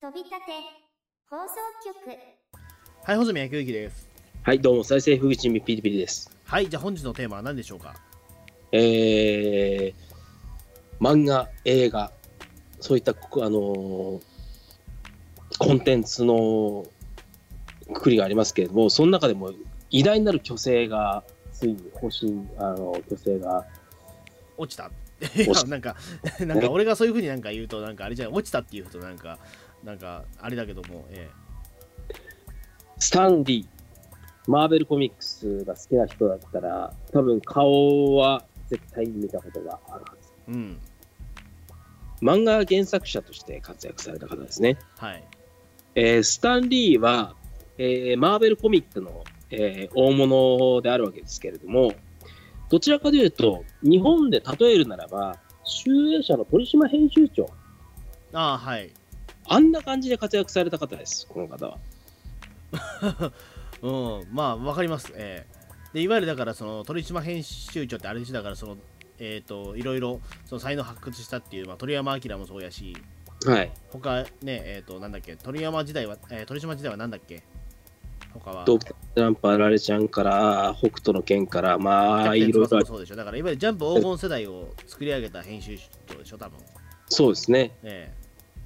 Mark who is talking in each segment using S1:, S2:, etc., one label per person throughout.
S1: 飛び立て放送局
S2: はい、ほずみやきゅうきです。
S3: はい、どうも、再生風口みピリピリです。
S2: はい、じゃあ本日のテーマは何でしょうか
S3: えー、漫画、映画、そういった、こあのーコンテンツのくくりがありますけれども、その中でも偉大なる巨星が、ついに方針、あの、巨星が、
S2: 落ちた い
S3: 落
S2: や
S3: ち
S2: なんか、 なんか俺がそういうふうになんか言うと、なんかあれじゃん、落ちたっていうとなんか、なんかあれだけども、え
S3: スタンリー、マーベルコミックスが好きな人だったら、多分顔は絶対見たことがあるはず。
S2: えうん、
S3: 漫画原作者として活躍された方ですね。
S2: はい、
S3: えースタンリーは、えーマーベルコミックの、えー大物であるわけですけれども、どちらかというと、日本で例えるならば、集英社の鳥島編集長、
S2: ああ、はい、
S3: あんな感じで活躍された方です、この方は。
S2: うん、まあ、わかります、ええでいわゆるだから、その鳥島編集長ってあれでしょだから、その、えっ、と、いろいろその才能発掘したっていう、まあ、鳥山明もそうやし、
S3: はい。
S2: 他ね、えっ、と、なんだっけ、鳥山時代は、えー鳥島時代はなんだっけ他は。
S3: ドクター・ジャンプ、あられちゃんから、北斗の拳から、
S2: キ
S3: ま
S2: ャ
S3: あ、
S2: プテ
S3: い
S2: ン
S3: ろ
S2: 翼
S3: いろあ
S2: も
S3: る、
S2: そうでしょだからいわゆるジャンプ黄金世代を作り上げた編集長でしょ多分
S3: そうですね。
S2: え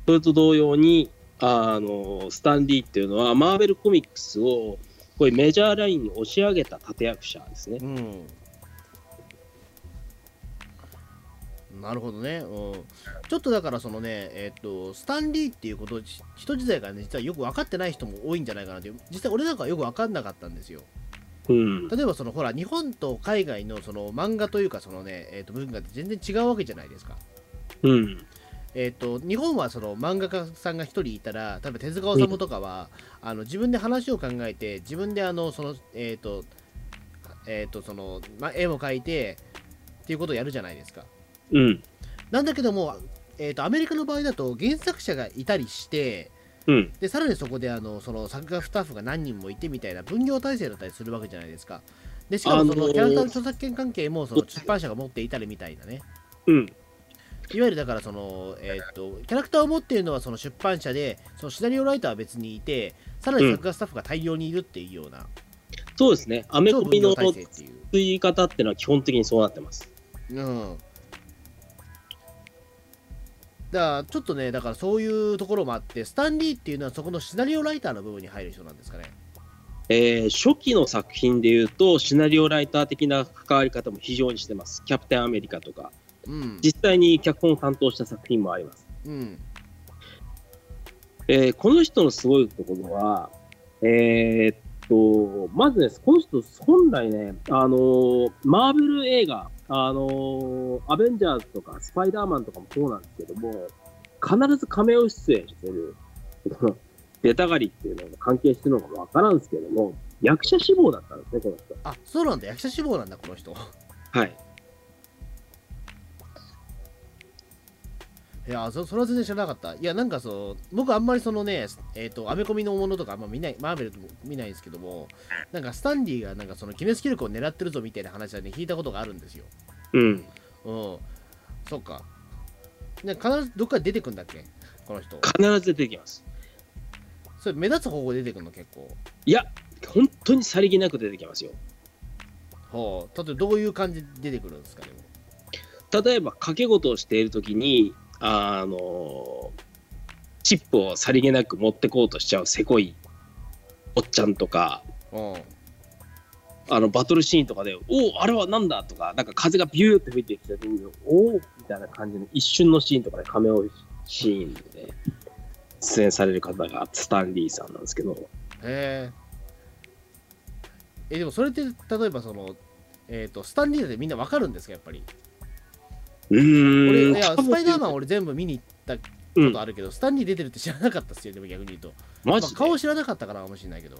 S3: それと同様に、あの、スタンリーっていうのは、マーベルコミックスを、こういうメジャーラインに押し上げた立役者ですね
S2: え。うんなるほどね、うん、ちょっとだからそのねえっとスタンリーっていうことじ人自体がね実はよく分かってない人も多いんじゃないかなっていう実際俺なんかはよく分かんなかったんですよ
S3: うん。
S2: 例えばそのほら日本と海外のその漫画というかそのね、えっと文化って全然違うわけじゃないですか
S3: うん。
S2: えっと日本はその漫画家さんが一人いたら多分手塚治虫とかは、あの自分で話を考えて自分であのそのえっ、とえっ、とその、ま、絵を描いてっていうことをやるじゃないですか
S3: うん。
S2: なんだけども、えー、とアメリカの場合だと原作者がいたりして
S3: うん。
S2: でさらにそこであのその作画スタッフが何人もいてみたいな分業体制だったりするわけじゃないですかでしかもそ
S3: あ
S2: の
S3: のー
S2: キャラクターの著作権関係もその出版社が持っていたりみたいなね
S3: うん。
S2: いわゆるだからその、えーっとキャラクターを持っているのはその出版社でそのシナリオライターは別にいてさらに作画スタッフが大量にいるっていうような、
S3: そうですね。アメ
S2: 超
S3: コ
S2: 分
S3: ミ
S2: 業
S3: の
S2: 体制
S3: 作
S2: っていう、
S3: り方っていうのは基本的にそうなってます。
S2: うん、だからちょっとねだからそういうところもあってスタンリーっていうのはそこのシナリオライターの部分に入る人なんですかね
S3: えー初期の作品でいうと、シナリオライター的な関わり方も非常にしてます。キャプテンアメリカとか、
S2: うん、
S3: 実際に脚本を担当した作品もあります。
S2: うん、
S3: えーこの人のすごいところは、えーっと、まずね、この人、本来ね、あのーマーベル映画、あのーアベンジャーズとか、スパイダーマンとかもそうなんですけども、必ず仮面を出演してる、 この出たがりっていうのが関係してるのかわからんですけども、役者志望だったんですね、この人。
S2: あそうなんだ役者志望なんだこの人
S3: はい。
S2: いやそそれは全然知らなかったいやなんかそう僕あんまりそのねえーっ、とアメコミのものとかあんま見ないマーベルとも見ないんですけどもなんかスタンディがなんかそのギネス記録を狙ってるぞみたいな話はね聞いたことがあるんですよ
S3: うん。
S2: うんそっかね必ずどっかで出てくんだっけこの人
S3: 必ず出てきます。
S2: それ目立つ方向で出てくんの結構
S3: いや、本当にさりげなく出てきますよ。
S2: ほう例えばどういう感じで出てくるんですかでも
S3: 例えば掛け事をしている時にあのチップをさりげなく持ってこうとしちゃうせこいおっちゃんとか
S2: うん
S3: あのバトルシーンとかで「おおあれはなんだ?」とかなんか風がビューって吹いてきた時に「おお」みたいな感じの一瞬のシーンとかで仮面をシーンで出演される方がスタンリーさんなんですけど
S2: へええでもそれって例えばそのえっ、とスタンディーでみんなわかるんですかやっぱり
S3: うーん
S2: 俺いや
S3: 多分
S2: スパイダーマン俺全部見に行ったこ
S3: う
S2: と
S3: ん
S2: あるけど、スタンディー出てるって知らなかったっすよでも逆に言うと、
S3: マ
S2: まあ
S3: ジで
S2: 顔知らなかったからかもしれないけど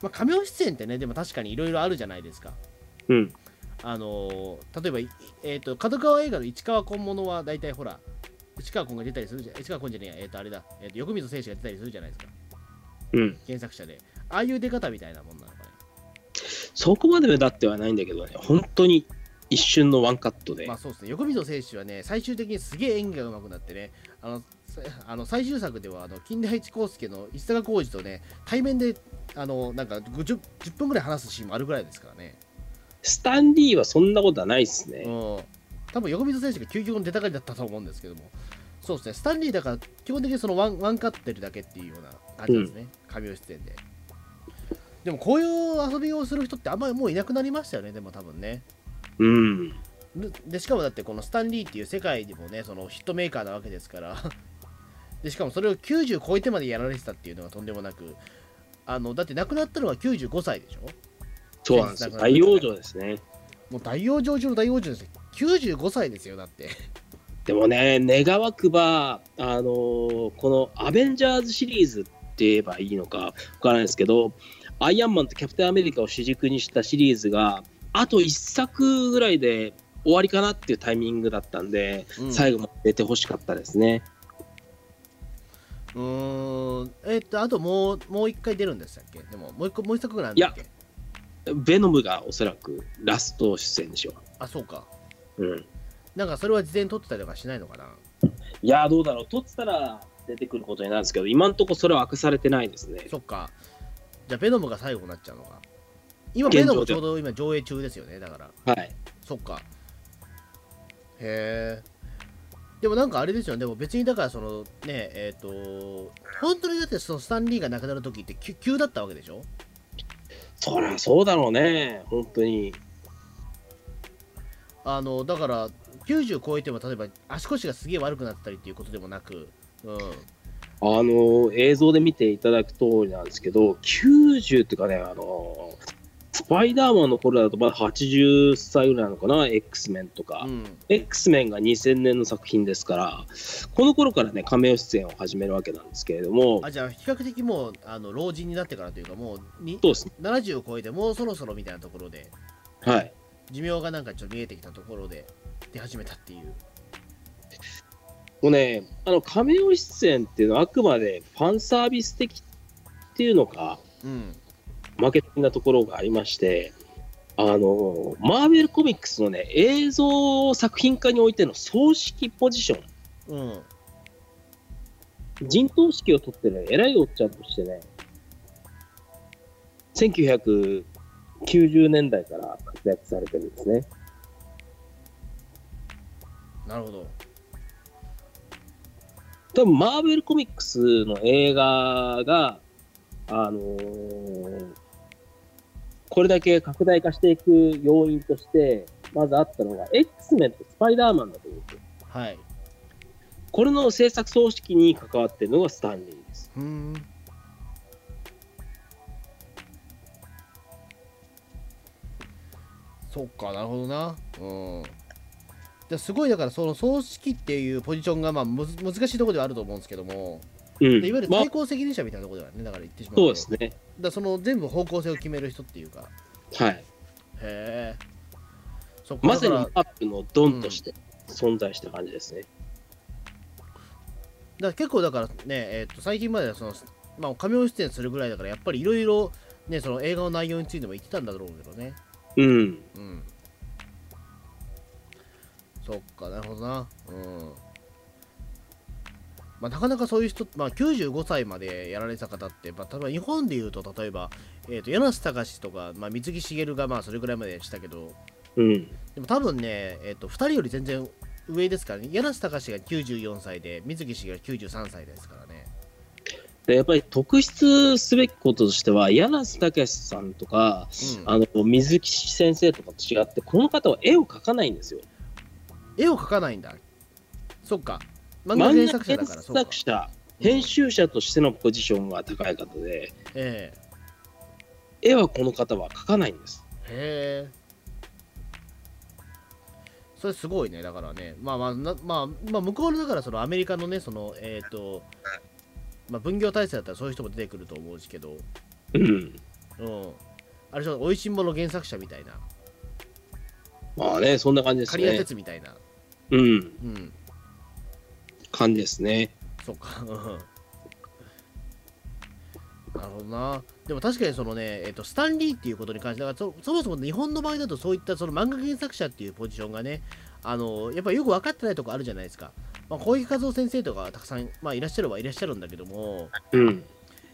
S2: まあ仮面出演ってねでも確かにいろいろあるじゃないですか
S3: うん
S2: あのー例えば、いえー、と角川映画の市川紺物は大体ほら市川紺が出たりするじゃ市川紺じゃねえやえっ、とあれだ、えー、と横溝選手が出たりするじゃないですか
S3: うん
S2: 原作者でああいう出方みたいなもんなのかね
S3: そこまで目立ってはないんだけどね、本当に一瞬のワンカットで
S2: まあ、そうですね横溝選手はね最終的にすげえ演技が上手くなってねあのさあの最終作ではあの金田一耕助の石坂浩二とね対面であのなんか 10, 10分ぐらい話すシーンもあるぐらいですからね、
S3: スタンリーはそんなことはないです
S2: うん
S3: ね。、
S2: 多分横溝選手が究極の出たがりだったと思うんですけどもそうですねスタンリーだから基本的にそのワンワンカット出るだけっていうような感じなんですね、神尾出演ででもこういう遊びをする人ってあんまりもういなくなりましたよねでも多分ね
S3: うん。
S2: でしかもだってこのスタンリーっていう世界でもねそのヒットメーカーなわけですから でしかもそれを90超えてまでやられてたっていうのがとんでもなくあのだって亡くなったのは95歳でしょ
S3: そうなんですよ。
S2: だから
S3: 大養生ですね。
S2: もう大往生中の大往生ですよ95歳ですよだって
S3: でもね、願わくば、あのーこのアベンジャーズシリーズって言えばいいのかわからないですけど、アイアンマンとキャプテンアメリカを主軸にしたシリーズが、あと1作ぐらいで終わりかなっていうタイミングだったんで、
S2: うん
S3: 最後まで出てほしかったですね。
S2: うーんえっとあともうもう一回出るんでしたっけでももう一個もう一作ぐらいあるんだっけ
S3: ベノムがおそらくラスト出演でしょ
S2: あそうか
S3: う。うん。
S2: なんかそれは事前に撮ってたりとかしないのかない
S3: やー、どうだろう。取ってたら出てくることになるんですけど、今んとこそれは明かされてないですね。
S2: そっかじゃあベノムが最後になっちゃうのか今
S3: 現状
S2: ベ
S3: で
S2: ノムちょうど今上映中ですよねだから
S3: はい。
S2: そっか。へえ。でもなんかあれですよね、でも別にだからそのね、えっ、と、本当にだってそのスタンリーが亡くなる時って急急だったわけでしょ
S3: そりゃそうだろうね、本当に。
S2: あの、だから90超えても例えば足腰がすげえ悪くなったりっていうことでもなく、うん、
S3: あの映像で見ていただく通りなんですけど、90っていうかね、あのスパイダーマンの頃だとまだ80歳ぐらいなのかな、X メンとか、
S2: うん
S3: X メンが2000年の作品ですから、この頃からね、仮面出演を始めるわけなんですけれども、
S2: あじゃあ比較的もうあの老人になってからというかもうに
S3: そうですね、
S2: 70を超えてもうそろそろみたいなところで
S3: はい、
S2: 寿命がなんかちょっと見えてきたところで出始めたっていう
S3: もうね、あの仮面出演っていうのはあくまでファンサービス的っていうのか、
S2: うん
S3: マーケティングなところがありまして、あのマーベルコミックスのね映像作品化においての葬式ポジション、
S2: うん
S3: 陣頭指揮を取ってる偉いおっちゃんとしてね、1990年代から活躍されてるんですね。
S2: なるほど
S3: 多分マーベルコミックスの映画が、あのーこれだけ拡大化していく要因として、まずあったのが、X メンとスパイダーマンだと思うんですよ
S2: はい
S3: これの制作組織に関わってるのがスタンリーです。
S2: うんそっかなるほどなうんですごいだからその葬式っていうポジションがまあむず難しいところではあると思うんですけども、
S3: うん
S2: でいわゆる
S3: まあ
S2: 最、高責任者みたいなところではねだから言ってしまうと
S3: そうです
S2: だ
S3: ね。
S2: からその全部方向性を決める人っていうか
S3: はい。
S2: へえそっか
S3: まさに
S2: だ
S3: ア
S2: か
S3: ップのドンとして存在した感じですね。
S2: ら結構だからねえーと最近まではそのまあ仮名出演するぐらいだからやっぱりいろいろねその映画の内容についても言ってたんだろうけどね
S3: うん。
S2: うん。そっか、なるほどな。うん。まあ、なかなかそういう人、まあ、95歳までやられた方って、まあ、例えば日本で言うと、例えば、えー、と柳瀬隆とか、まあ、水木しげるがまあそれぐらいまでしたけど、
S3: うん。
S2: でも多分ね、えー、と2人より全然上ですからね、柳瀬隆が94歳で、水木しげる93歳ですからね。
S3: で、やっぱり特筆すべきこととしては、柳瀬武さんとか、
S2: うん、
S3: あの、水木先生とかと違って、この方は絵を描かないんですよ。
S2: 絵を描かないんだ。そっか、漫画
S3: 漫
S2: 原
S3: 画
S2: 作者だ
S3: 原
S2: から、そうか
S3: 作。者、編集者としてのポジションが高い方で、
S2: ええ
S3: 絵はこの方は描かないんです。
S2: へえそれすごいねだからねまあまあな、まあ、まあ向こうのだからそのアメリカのねそのえっ、とまあ分業体制だったらそういう人も出てくると思うしけど
S3: うん。
S2: うんあれちょっとおいしんぼの原作者みたいな
S3: まあね、そんな感じです
S2: 刈谷
S3: ね。
S2: 哲みたいな
S3: うん。
S2: うん
S3: 感じですね。
S2: そっかうん なるほどな。でも確かにそのね、えっとスタンリーっていうことに関してはそ、そもそも日本の場合だとそういったその漫画原作者っていうポジションがね、あのやっぱよく分かってないとこあるじゃないですか。まあ、小池和夫先生とかはたくさん、まあ、いらっしゃるはいらっしゃるんだけども、
S3: うん。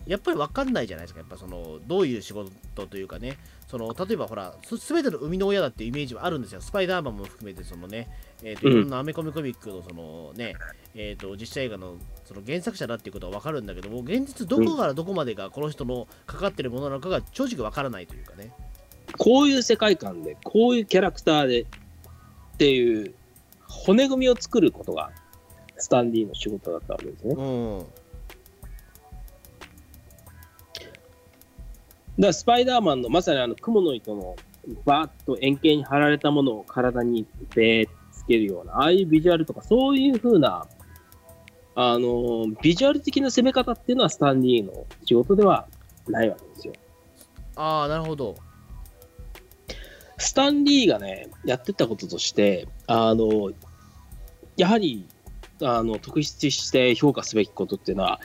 S2: やっぱり分かんないじゃないですか、やっぱそのどういう仕事というかね、その例えばほら、すべての生みの親だっていうイメージはあるんですよ、スパイダーマンも含めて、そのね、えーと
S3: うん
S2: いろんなアメコミコミックのその、ねえー、と実写映画のその原作者だっていうことは分かるんだけども、現実、どこからどこまでがこの人のかかってるものなのかが正直分からないというかね、
S3: こういう世界観で、こういうキャラクターでっていう骨組みを作ることがスタンディの仕事だったわけですね。だか
S2: うん、
S3: らスパイダーマンのまさにあの蜘蛛の糸のバーッと円形に貼られたものを体にべーっつけるような、ああいうビジュアルとか、そういう風な、あのービジュアル的な攻め方っていうのはスタンディの仕事ではないわけですよ。
S2: ああ、なるほど、
S3: スタンリーがね、やってたこととして、あの、やはり、あの、特筆して評価すべきことっていうのは、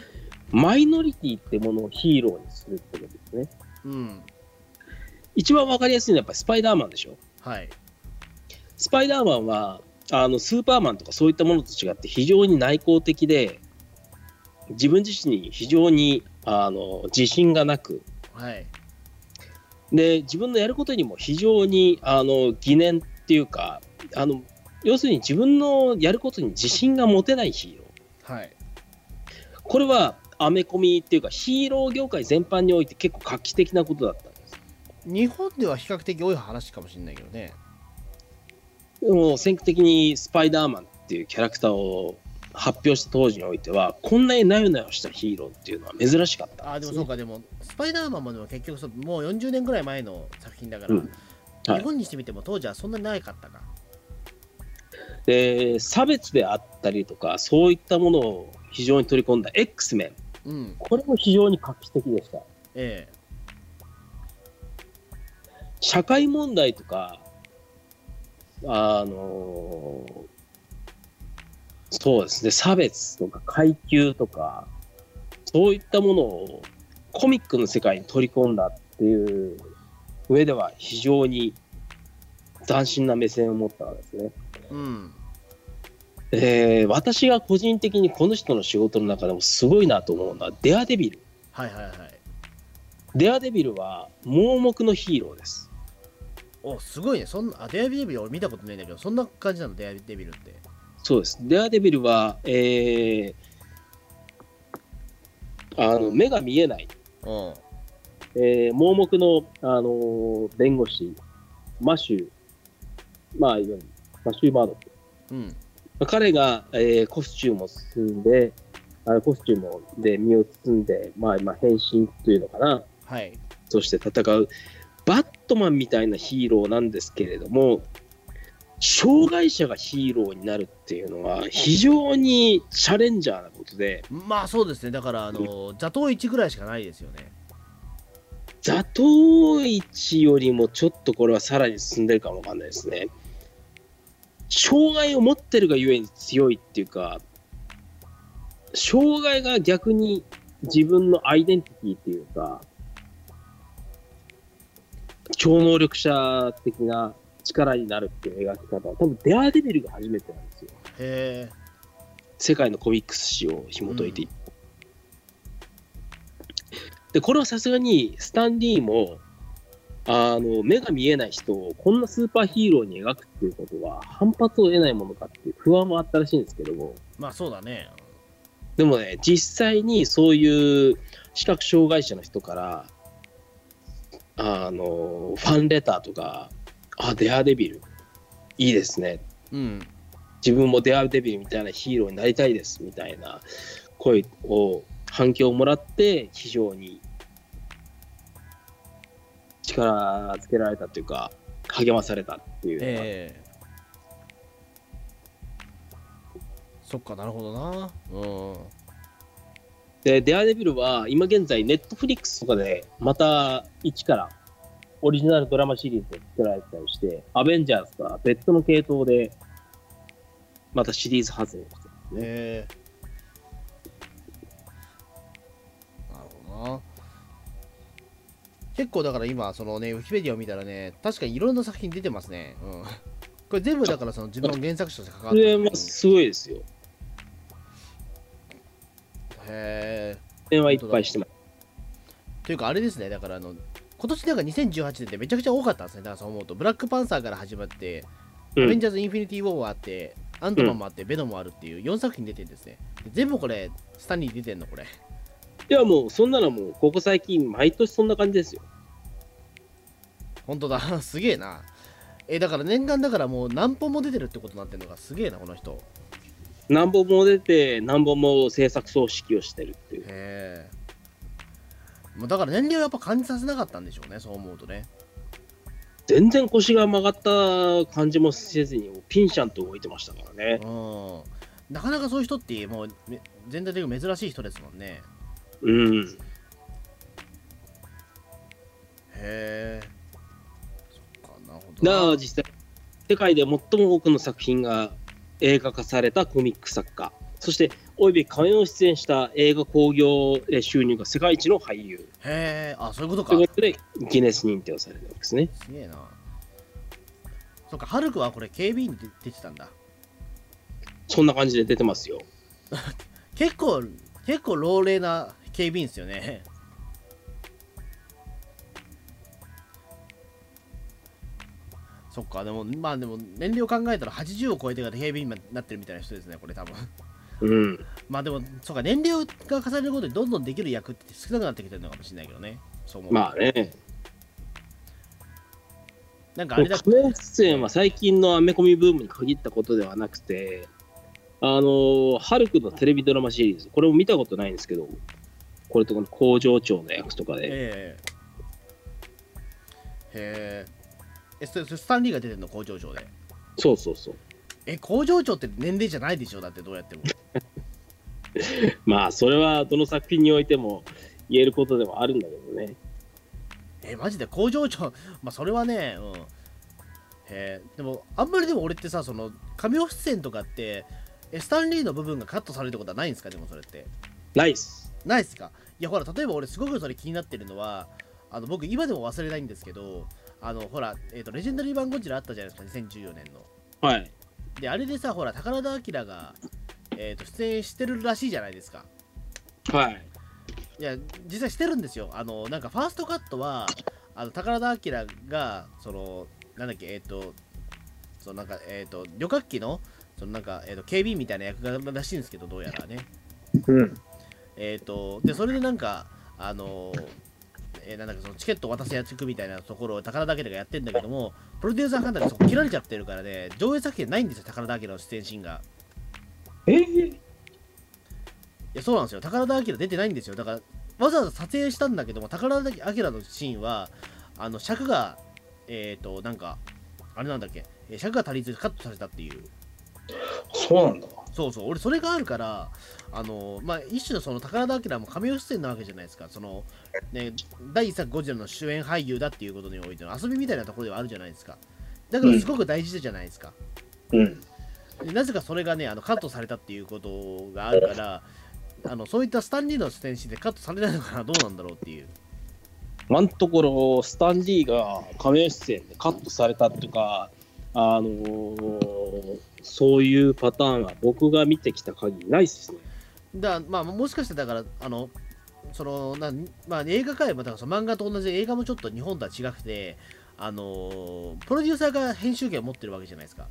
S3: マイノリティってものをヒーローにするってことですね。
S2: うん、
S3: 一番わかりやすいのはやっぱりスパイダーマンでしょ。
S2: はい、
S3: スパイダーマンは、あの、スーパーマンとかそういったものと違って非常に内向的で、自分自身に非常に、あの、自信がなく、
S2: はい、
S3: で自分のやることにも非常にあの疑念っていうかあの要するに自分のやることに自信が持てないヒーロー
S2: はい、
S3: これはアメコミっていうかヒーロー業界全般において結構画期的なことだったんです
S2: 日本では比較的多い話かもしれないけどね、
S3: もう先駆的にスパイダーマンっていうキャラクターを発表した当時においてはこんなになよなよしたヒーローっていうのは珍しかった
S2: あー
S3: ん
S2: ですも
S3: ね
S2: そうか、でも、スパイダーマンもでも結局そう、もう40年ぐらい前の作品だから、
S3: うんはい
S2: 日本にしてみても当時はそんなにないかったか。
S3: で差別であったりとかそういったものを非常に取り込んだ X メン
S2: うん、
S3: これも非常に画期的でした
S2: ええ
S3: 社会問題とか、あのそうですね、差別とか階級とか、そういったものをコミックの世界に取り込んだっていう上では非常に斬新な目線を持ったわけですね。
S2: うん、
S3: えー私が個人的にこの人の仕事の中でもすごいなと思うのは、デアデビル。
S2: はいはいはい。
S3: デアデビルは盲目のヒーローです。
S2: おすごいね、そんな、あ、デアデビル俺見たことないんだけど、そんな感じなの、デアデビルって。
S3: そうです。デアデビルは、えーあの目が見えない、
S2: うん、
S3: えー盲目の、あのー弁護士、マシュー、まあ、いわゆるマシュー・マードッ
S2: うん、
S3: ク。彼が、えーコスチュームを包んで、あのコスチュームで身を包んで、まあ、まあ変身というのかな、
S2: はい。
S3: として戦う、バットマンみたいなヒーローなんですけれども、障害者がヒーローになるっていうのは、非常にチャレンジャーなことで、
S2: まあそうですね、だから、あの、座頭1ぐらいしかないですよね。
S3: 座頭市よりもちょっとこれはさらに進んでるかもわかんないですね。障害を持ってるがゆえに強いっていうか、障害が逆に自分のアイデンティティっていうか、超能力者的な力になるっていう描き方は、多分デアデビルが初めてなんですよ。
S2: へえ、
S3: 世界のコミックス史を紐解いていく、でこれはさすがにスタンディーもあの目が見えない人をこんなスーパーヒーローに描くっていうことは反発を得ないものかっていう不安もあったらしいんですけども
S2: まあそうだね。
S3: でもね実際にそういう視覚障害者の人からあのファンレターとか「あデアデビルいいですね」
S2: うん、
S3: 自分もデアデビルみたいなヒーローになりたいですみたいな声を反響をもらって非常に力つけられたというか励まされたっていう、
S2: ええそっかなるほどな。うん。
S3: でデアデビルは今現在ネットフリックスとかでまた一からオリジナルドラマシリーズを作られてたりしてアベンジャーズとか別途の系統でまたシリーズ発生してますね
S2: へえなるほどな。結構だから今そのねウィキペディアを見たらね確かにいろんな作品出てますね、うん、 これ全部だからその自分の原作者として関わ
S3: そ
S2: って
S3: れ
S2: る
S3: はすごいですよ。
S2: へえ
S3: 電話いっぱいしてます。
S2: というかあれですねだからあの今年なんか2018年ってめちゃくちゃ多かったんですねだからそう思うとブラックパンサーから始まって、
S3: う
S2: アベン
S3: ん、
S2: ジャーズ・インフィニティ・ウォーもあってアントマンもあって、ベノムもあるっていう4作品出てるんですねで全部これスタンリー出てんのこれ
S3: いやもうそんなのもうここ最近毎年そんな感じですよ。
S2: 本当だ すげえなえだから念願だからもう何本も出てるってことになってるのがすげえなこの人
S3: 何本も出て何本も制作総指揮をしてるっていう。
S2: へえもうだから年齢をやっぱ感じさせなかったんでしょうねそう思うとね
S3: 全然腰が曲がった感じもせずにピンシャンと動いてましたからね。
S2: うんなかなかそういう人ってもうめ全体的に珍しい人ですもんね
S3: うん。
S2: へえそっかなるほど
S3: だ
S2: な
S3: から実際世界で最も多くの作品が映画化されたコミック作家そしておよび仮面を出演した映画興行えー収入が世界一の俳優
S2: へえあそういうことか
S3: ということでギネス認定をされたんですね
S2: すげえなそっかハルクはこれ警備員で出てたんだ
S3: そんな感じで出てますよ
S2: 結構結構老齢な警備員ですよねそっかでもまあでも年齢を考えたら80を超えてから警備員になってるみたいな人ですねこれ多分
S3: うん
S2: まあでもそうか年齢が重ねることでどんどんできる役って少なくなってきてるのかもしれないけどねそう思う、
S3: まあね
S2: なんかあ
S3: 仮
S2: れだ
S3: 面出演は最近のアメコミブームに限ったことではなくてあのーハルクのテレビドラマシリーズこれも見たことないんですけどこれとかの工場長の役とかで
S2: ええへええそれそれスタンリーが出てるの工場長で
S3: そうそうそう
S2: え工場長って年齢じゃないでしょだってどうやっても
S3: まあそれはどの作品においても言えることではあるんだけどね。
S2: えマジで工場長 まあそれはねうんへえでもあんまりでも俺ってさその神尾出演とかってえスタンリーの部分がカットされるってことはないんですかでもそれって
S3: ナイス。
S2: ないっすかいやほら例えば俺すごくそれ気になってるのはあの僕今でも忘れないんですけどあのほら、えー、とレジェンダリー版ゴジラあったじゃないですか2014年の
S3: はい。
S2: であれでさほら宝田明が、えー、と出演してるらしいじゃないですか
S3: はい。
S2: いや実際してるんですよあのなんかファーストカットはあの宝田明がそのなんだっけえっ、とそのなんかえっ、と旅客機のそのなんか、えー、と警備員みたいな役柄らしいんですけどどうやらね
S3: うん。
S2: えっ、とでそれでなんかあのえーなんだっけそのチケットを渡すやつくみたいなところを宝田明がやってんだけどもプロデューサー判断がそこ切られちゃってるからね上映作品ないんですよ宝田明の出演シーンが
S3: えー、
S2: いやそうなんですよ宝田明出てないんですよだからわざわざ撮影したんだけども宝田明のシーンはあの尺がえっ、となんかあれなんだっけえー尺が足りずカットされたっていう
S3: そうなんだ。
S2: そうそう俺それがあるからあのまあ一種のその宝田明も神尾出演なわけじゃないですかそのね第一作ゴジラの主演俳優だっていうことにおいての遊びみたいなところではあるじゃないですかだからすごく大事じゃないですか、
S3: うん。
S2: でなぜかそれがねあのカットされたっていうことがあるからあのそういったスタンリーの視点してカットされないのかなどうなんだろうっていう
S3: 今のところスタンリーが仮面出演でカットされたっていうか、あのーそういうパターンは僕が見てきた限りないですね。
S2: だまあもしかしてだからあのそのなまあ、映画界もだからその漫画と同じで映画もちょっと日本とは違くてあのプロデューサーが編集権を持ってるわけじゃないですか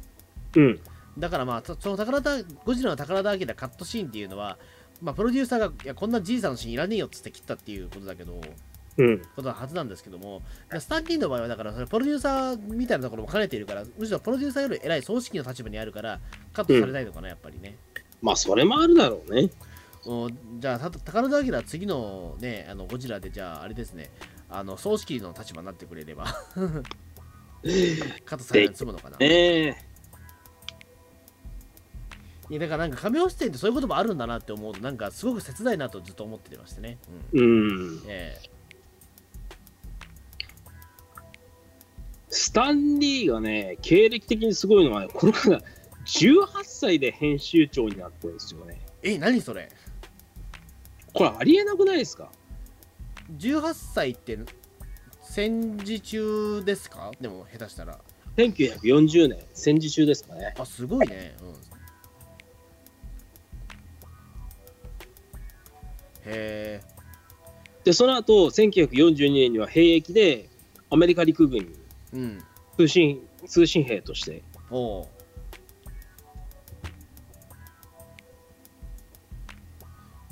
S3: うん。
S2: だからまあそその宝田ゴジラの宝田明のカットシーンっていうのはまあプロデューサーがいやこんなじいさんのシーンいらねえよっつって切ったっていうことだけど
S3: うん。
S2: ことなはずなんですけども、でスタンリーの場合は、だからそれプロデューサーみたいなところも兼ねているから、むしろプロデューサーより偉い組織の立場にあるから、カットされないのかな、やっぱりね。
S3: まあそれもあるだろうね。
S2: うんじゃあ、た宝田明は次のね、あのゴジラで、じゃあ、あれですね、あの組織の立場になってくれれば、 カットされないで済むのかな。
S3: ええ
S2: いやだから、なんか、亀尾視点ってそういうこともあるんだなって思うと、なんか、すごく切ないなとずっと思ってましてね。うん
S3: うん。
S2: ええ
S3: スタンリーがね、経歴的にすごいのは、この方、18歳で編集長になってるんですよね。
S2: え、何それ
S3: これ、ありえなくないですか
S2: ?18 歳って、戦時中ですかでも下手したら
S3: 1940年、戦時中ですかね。
S2: あすごいね、うん、へえ
S3: で、その後、1942年には兵役で、アメリカ陸軍に
S2: うん
S3: 通信通信兵として
S2: おう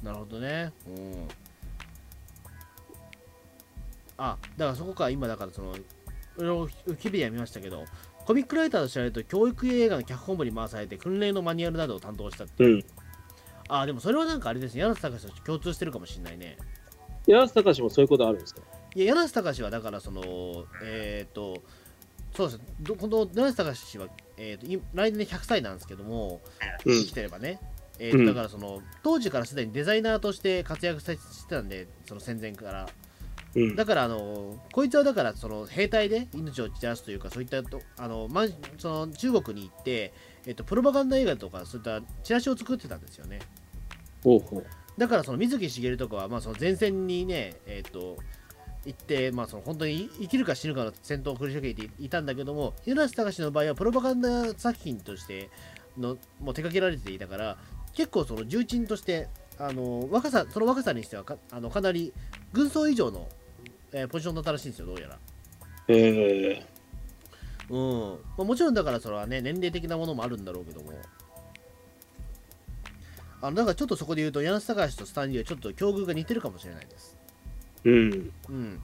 S2: なるほどねうんあだからそこか今だからそのいろいろウィキペディア見ましたけどコミックライターとして知られると教育映画の脚本部に回されて訓練のマニュアルなどを担当したっていう、
S3: うん
S2: あでもそれはなんかあれですね柳瀬隆史と共通してるかもしれないね
S3: 柳瀬隆もそういうことあるんですか
S2: いや柳瀬隆史はだからそのえっ、とそうですどこの柳瀬隆史は、えー、とい来年で100歳なんですけども、
S3: うん
S2: 生きてればね、えーと
S3: うん
S2: だからその当時からすでにデザイナーとして活躍さしてたんでその戦前から
S3: うん
S2: だからあのこいつはだからその兵隊で命を散らすというかそういったとあの、ま、その中国に行って、えー、とプロパガンダ映画とかそういったチラシを作ってたんですよね
S3: ほうほう
S2: だからその水木しげるとかはまあその前線にねえっ、と行ってまあその本当に生きるか死ぬかの戦闘を繰り広げていたんだけども柳瀬隆の場合はプロパガンダ作品としてのもう手掛けられていたから結構その重鎮としてあの若さその若さにしてはかあのかなり軍曹以上の、えーポジションだったらしいんですよどうやら。
S3: へえ
S2: うんまあ、もちろんだからそれはね年齢的なものもあるんだろうけどもあのだからちょっとそこで言うと柳瀬隆とスタンリーはちょっと境遇が似てるかもしれないです
S3: うん
S2: うん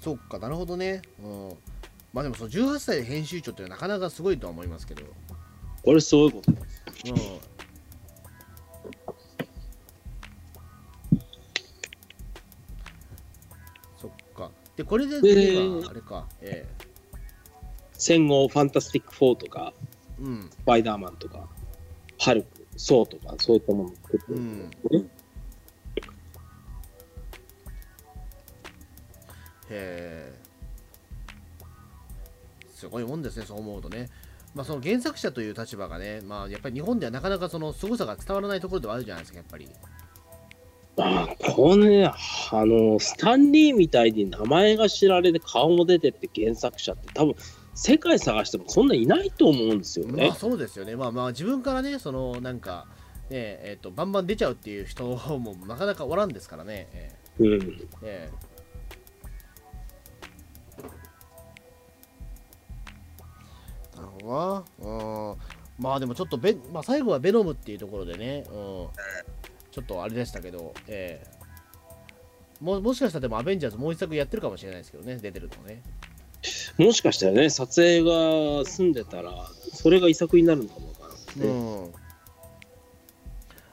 S2: そっかなるほどねうんまあでもその18歳で編集長っていうのはなかなかすごいとは思いますけど
S3: これすごいことです
S2: うんそっかでこれで次はあれかええ
S3: 戦後ファンタスティック4とか
S2: うん
S3: スパイダーマンとかハルクソーとかそういったものを作ってるんですよね
S2: へえすごいもんですねそう思うとねまあその原作者という立場がねまあやっぱり日本ではなかなかその凄さが伝わらないところではあるじゃないですかやっぱり
S3: まあこのねあのスタンリーみたいに名前が知られて顔も出てって原作者って多分世界探してもそんないないと思うんですよね、
S2: まあそうですよねまあまあ自分からねそのなんかねえーとバンバン出ちゃうっていう人 もなかなかおらんですからね、ええ
S3: うん
S2: ええ。なるほどな。うん。まあでもちょっとベ、まあ、最後はベノムっていうところでね、うん、ちょっとあれでしたけど、ええももしかしたらでもアベンジャーズもう一作やってるかもしれないですけどね、出てるのね。
S3: もしかしたらね、撮影が済んでたら、それが遺作になるのかもわからんね。
S2: うん。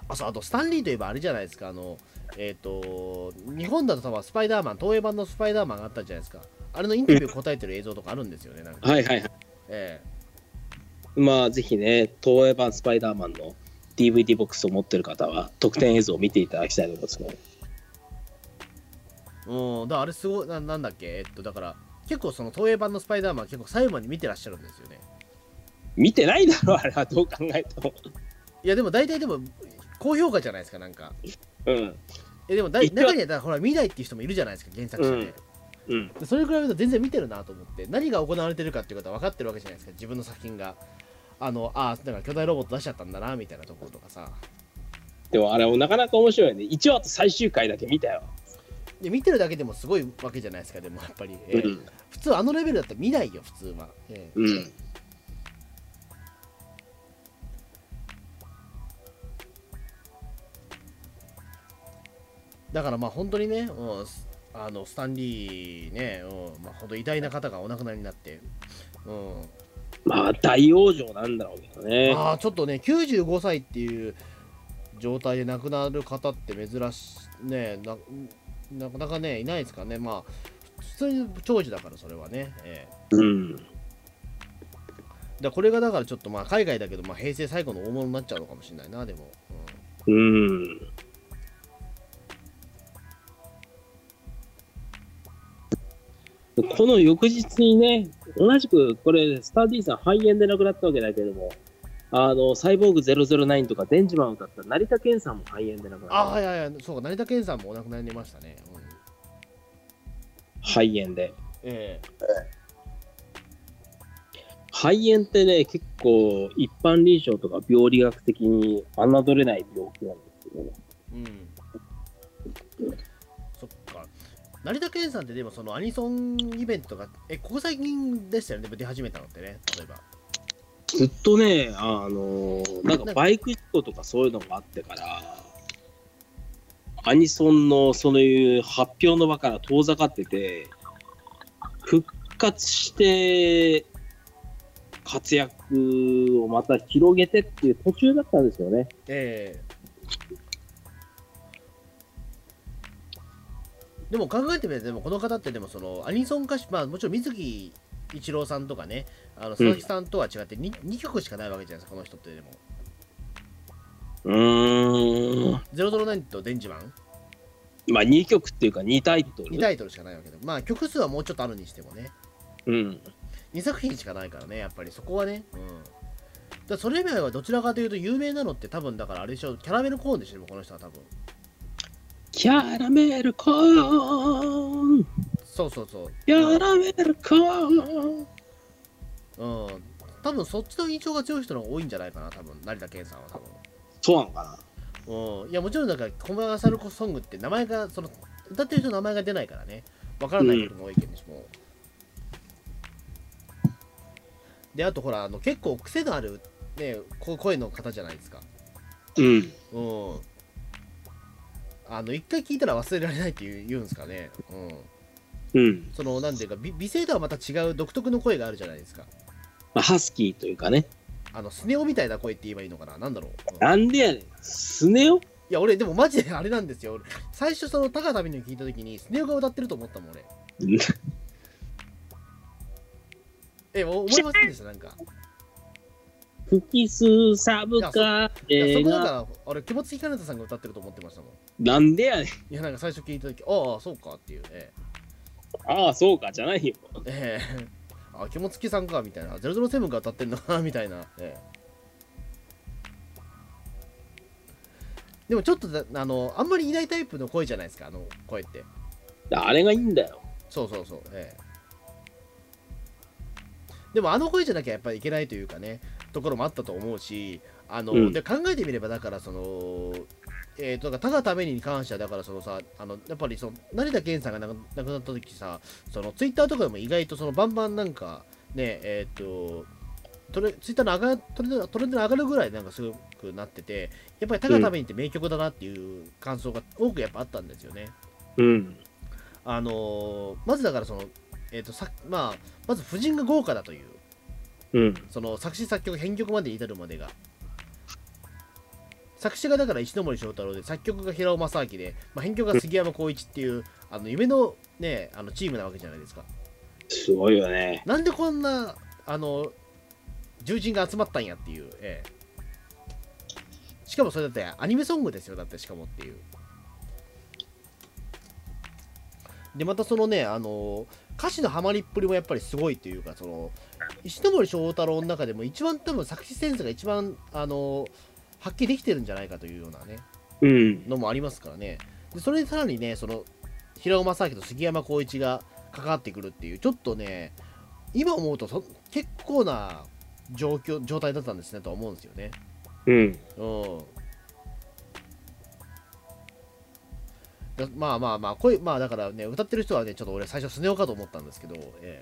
S2: あ、そう、あとスタンリーといえばあれじゃないですか、あの、えっ、と、日本だと多分スパイダーマン、東映版のスパイダーマンがあったじゃないですか。あれのインタビュー答えてる映像とかあるんですよね、なんか。
S3: はいはいはい。
S2: ええ
S3: まあ、ぜひね、東映版スパイダーマンの DVD ボックスを持ってる方は、特典映像を見ていただきたいと思いますね。
S2: うん、だからあれすごいな、なんだっけ、えっと、だから、結構その東映版のスパイダーマン、結構最後まで見てらっしゃるんですよね。
S3: 見てないだろ、あれは、どう考えても。
S2: いや、でも大体でも、高評価じゃないですか、なんか。
S3: うん。
S2: えでもだい、
S3: 一応
S2: 中にはだからほら、見ないっていう人もいるじゃないですか、原作者で。
S3: うん。
S2: でそれに比べると全然見てるなと思って、何が行われてるかっていうことは分かってるわけじゃないですか、自分の作品が。あの、ああ、だから巨大ロボット出しちゃったんだな、みたいなところとかさ。
S3: でも、あれもなかなか面白いね。一応、あと最終回だけ見たよ。
S2: で、見てるだけでもすごいわけじゃないですか、でもやっぱり。え
S3: う
S2: ー
S3: ん。
S2: 普通、あのレベルだったら見ないよ、普通は。えー
S3: うん。
S2: だからまあ本当にね、うん、スあのスタンリーね、うんまあ、本当偉大な方がお亡くなりになって、うん
S3: まあ、大往生なんだろうけどね。
S2: ああちょっとね95歳っていう状態で亡くなる方って珍しいねななかなかねいないですからねまあ普通に長寿だからそれはね、ええ
S3: うん。
S2: だこれがだからちょっとまあ海外だけど、まあ、平成最後の大物になっちゃうのかもしれないなでも、うん
S3: うん。この翌日にね、同じくこれ、スターディーさん肺炎で亡くなったわけだけども、あの、サイボーグ009とか電磁マンを歌った成田健さんも肺炎で亡くなった。
S2: あはいはいはいそうか成田健さんもお亡くなりになりましたね、うん、
S3: 肺炎で。
S2: ええ
S3: 肺炎ってね、結構一般臨床とか病理学的に侮れない病気なんですけどね。
S2: うんそっか成田健さんってでもそのアニソンイベントとかえここ最近でしたよねでも出始めたのってね例えば
S3: ずっとね、あのーなんかバイク事故とかそういうのがあってから、アニソンのそういう発表の場から遠ざかってて、復活して活躍をまた広げてっていう途中だったんですよね。
S2: ええでも考えてみるとでもこの方ってでもそのアニソン歌手まあもちろん水木一郎さんとかねあの佐々木さんとは違って 2,、二曲しかないわけじゃないですかこの人ってでも
S3: うーん。
S2: 「009」と「電磁マン
S3: まあ2曲っていうか2タイト」ル。
S2: 2タイトルしかないわけでまあ曲数はもうちょっとあるにしてもね
S3: うん。
S2: 2作品しかないからねやっぱりそこはねうんだからそれ以外はどちらかというと有名なのって多分だからあれでしょキャラメルコーンでしょこの人は多分
S3: キャラメルコーン、
S2: そうそうそう
S3: キャラメルコーン。
S2: うん多分そっちの印象が強い人の方が多いんじゃないかな多分成田健さんは多分
S3: そうなのかな
S2: うん、いやもちろんだからコマーシャルコソングって名前がその歌ってる人の名前が出ないからねわからないことも多いけどしも、であとほらあの結構癖のある、ね、こ声の方じゃないですか
S3: うん。
S2: うんあの一回聞いたら忘れられないって言う言うんですかねうん
S3: うん。
S2: そのなんていうか美美声とはまた違う独特の声があるじゃないですか
S3: まあ、ハスキーというかね。
S2: あのスネ夫みたいな声って言えばいいのかななんだろう、うん
S3: なんでやねん。スネ夫
S2: いや俺でもマジであれなんですよ俺最初その高田美の聞いた時にスネ夫が歌ってると思ったもん俺
S3: うん
S2: えお思いませんでしたなんか
S3: 吹きすさぶか
S2: いやそ
S3: 映
S2: こだか
S3: 画。
S2: ら俺気持ちひかれたさんが歌ってると思ってましたもん
S3: なんでやねん。
S2: いやなんか最初聞いた時ああそうかっていうね
S3: ああ、そうか、じゃないよ。
S2: ええ あ気持ちきさんかみたいな007が歌ってんのかみたいな、ええでもちょっとだあのあんまりいないタイプの声じゃないですかあの声って
S3: あれがいいんだよ。
S2: そうそうそう、ええでもあの声じゃなきゃやっぱりいけないというかねところもあったと思うしあの、
S3: うん
S2: で考えてみればだからそのえー、とだからただためにに関してはだからそのさあのやっぱりその成田健さんが亡く亡くなった時さそのツイッターとかでも意外とそのバンバンなんかねえっ、とトレツイッターの上がトレンドトレンドに上がるぐらいなんかすごくなっててやっぱり「ただために」って名曲だなっていう感想が多くやっぱあったんですよね。
S3: うん。
S2: あのーまずだからその、えーとさまあ、まず夫人が豪華だという
S3: うん。
S2: その作詞作曲編曲まで至るまでが作詞がだから石ノ森章太郎で作曲が平尾正明で、まあ、編曲が杉山浩一っていうあの夢の,、ね、あのチームなわけじゃないですか
S3: すごいよね。
S2: なんでこんなあの重鎮が集まったんやっていう、ええしかもそれだってアニメソングですよだってしかもっていうでまたそのねあの歌詞のハマりっぷりもやっぱりすごいというかその石森章太郎の中でも一番多分作詞センスが一番あの発揮できてるんじゃないかというようなね
S3: うん。
S2: のもありますからねでそれにさらにねその平尾正明と杉山浩一が関わってくるっていうちょっとね今思うとそ結構な状況状態だったんですねとは思うんですよね
S3: うん。
S2: うんだまあまあまあ声まあだからね歌ってる人はねちょっと俺最初スネ夫かと思ったんですけど、ええ、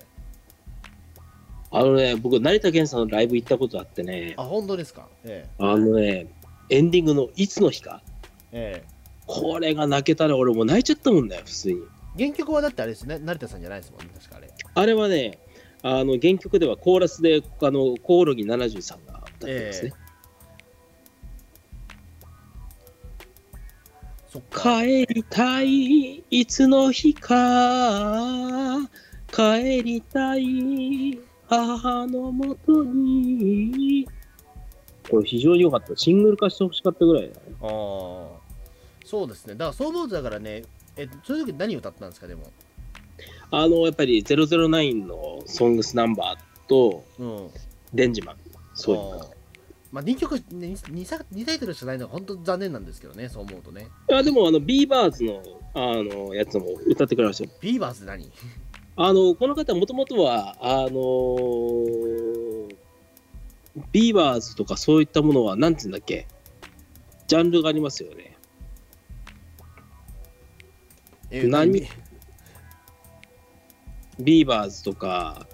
S3: あのね、僕、成田健さんのライブ行ったことあってね、
S2: あ本当ですかえ
S3: あのね、エンディングのいつの日か。
S2: えええ
S3: これが泣けたら俺もう泣いちゃったもんだよ、普通に。
S2: 原曲はだってあれですね成田さんじゃないですもんね確かあれ
S3: あれはね、あの原曲ではコーラスであのコオロギ70さんが歌ってますね。
S2: そっか
S3: 帰りたい、いつの日か。帰りたい、母のもとに。これ非常に良かった。シングル化してほしかったぐらいだね。
S2: あーそうですねだからそう思うとだからねえそういう時何歌ったんですかでも
S3: あの、やっぱり009のソングスナンバーと、
S2: うん
S3: デンジマン。そういう
S2: あ
S3: の
S2: ー
S3: か。
S2: まあ、2曲、2, 2, 2タイトルしかないのが本当残念なんですけどね、そう思うとね。
S3: あでもあのビーバーズのあのやつも歌ってくれましたよ
S2: ビーバーズって何
S3: あのこの方もともとはあのービーバーズとかそういったものはなんて言うんだっけジャンルがありますよね
S2: え
S3: 何ビーバーズとか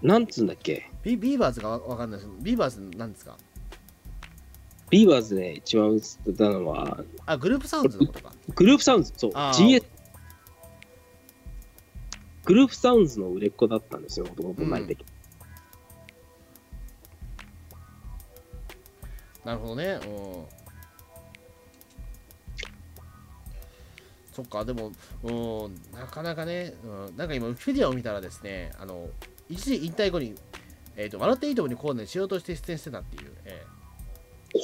S3: なんつうんだっけ
S2: ビビーバーズがわわかんないです。ビーバーズなんですか
S3: ビーバーズで一番映ってたのは
S2: あ、グループサウンズのことか。
S3: グループサウンズそう
S2: あー
S3: GS グループサウンズの売れっ子だったんですよ、もともと
S2: うんなるほどね。うん。そっか、でも、うん、なかなかね、うん、なんか今、ウィキペディアを見たらですね、あの、一時引退後に、えっ、と、笑っていいともにコーナーにしようとして出演してたっていう。え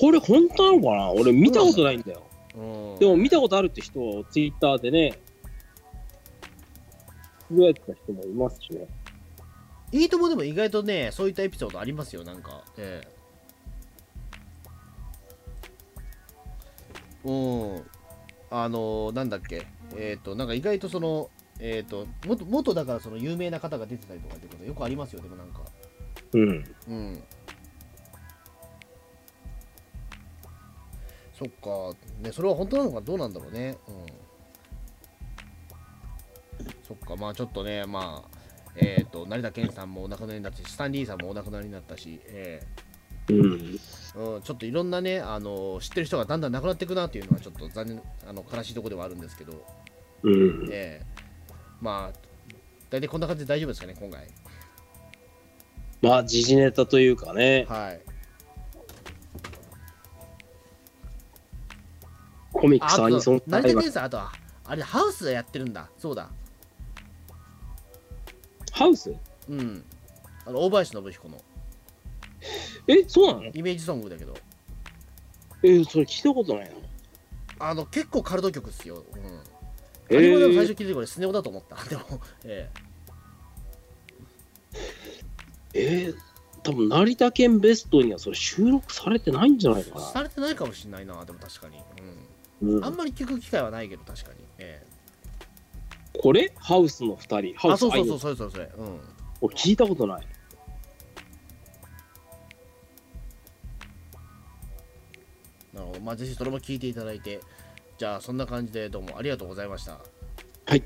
S3: これ本当なのかな俺見たことないんだよ。
S2: えうん。
S3: でも見たことあるって人はツイッターでね、つぶやいてた人もいますしね。
S2: いいともでも意外とね、そういったエピソードありますよ、なんか。ええうん。あのなんだっけ。えっ、と、なんか意外とその、えっ、と、もっと、もっとだからその有名な方が出てたりとかってことよくありますよ、でもなんか。
S3: うん。
S2: うん。そっか、ね、それは本当なのかどうなんだろうね。うん。そっか、まあちょっとね、まあ、えっ、と、成田健さんもお亡くなりになったし、スタンリーさんもお亡くなりになったし、え
S3: うん。
S2: ーうん、ちょっといろんなね、あの知ってる人がだんだん亡くなっていくなっていうのは、ちょっと残念、あの悲しいところではあるんですけど、
S3: うん。
S2: ええまあ、大体こんな感じで大丈夫ですかね、今回。
S3: まあ、時事ネタというかね、
S2: はい。
S3: コミック
S2: あ
S3: ス、アニソン
S2: と、、成田
S3: は
S2: 健さん、あとは、あれ、ハウスやってるんだ。そうだ。
S3: ハウス
S2: うん。あの、大林信彦の
S3: え、そうなの
S2: イメージソングだけど、
S3: え、それ聞いたことないな。
S2: あの、結構カルト曲っすよ。うん。
S3: え
S2: えー、でも最
S3: ー
S2: 初、聞いてこれ、スネ夫だと思った。 でも、え
S3: えー多分成田県ベストにはそれ収録されてないんじゃない
S2: え
S3: かな。
S2: されてないかもしれないな、でも確かに。う
S3: うん
S2: ん。あんまり聞く機会はないけど、確かに。え
S3: これハウスの2人。
S2: え
S3: ハウ
S2: あ、
S3: ス
S2: そう
S3: ア
S2: そ
S3: イ
S2: うそう、
S3: ドル
S2: それそれそれ。うん。
S3: 俺聞いたことない。
S2: なるほど。まあ、ぜひそれも聞いていただいて、じゃあ、そんな感じでどうもありがとうございました。
S3: はい。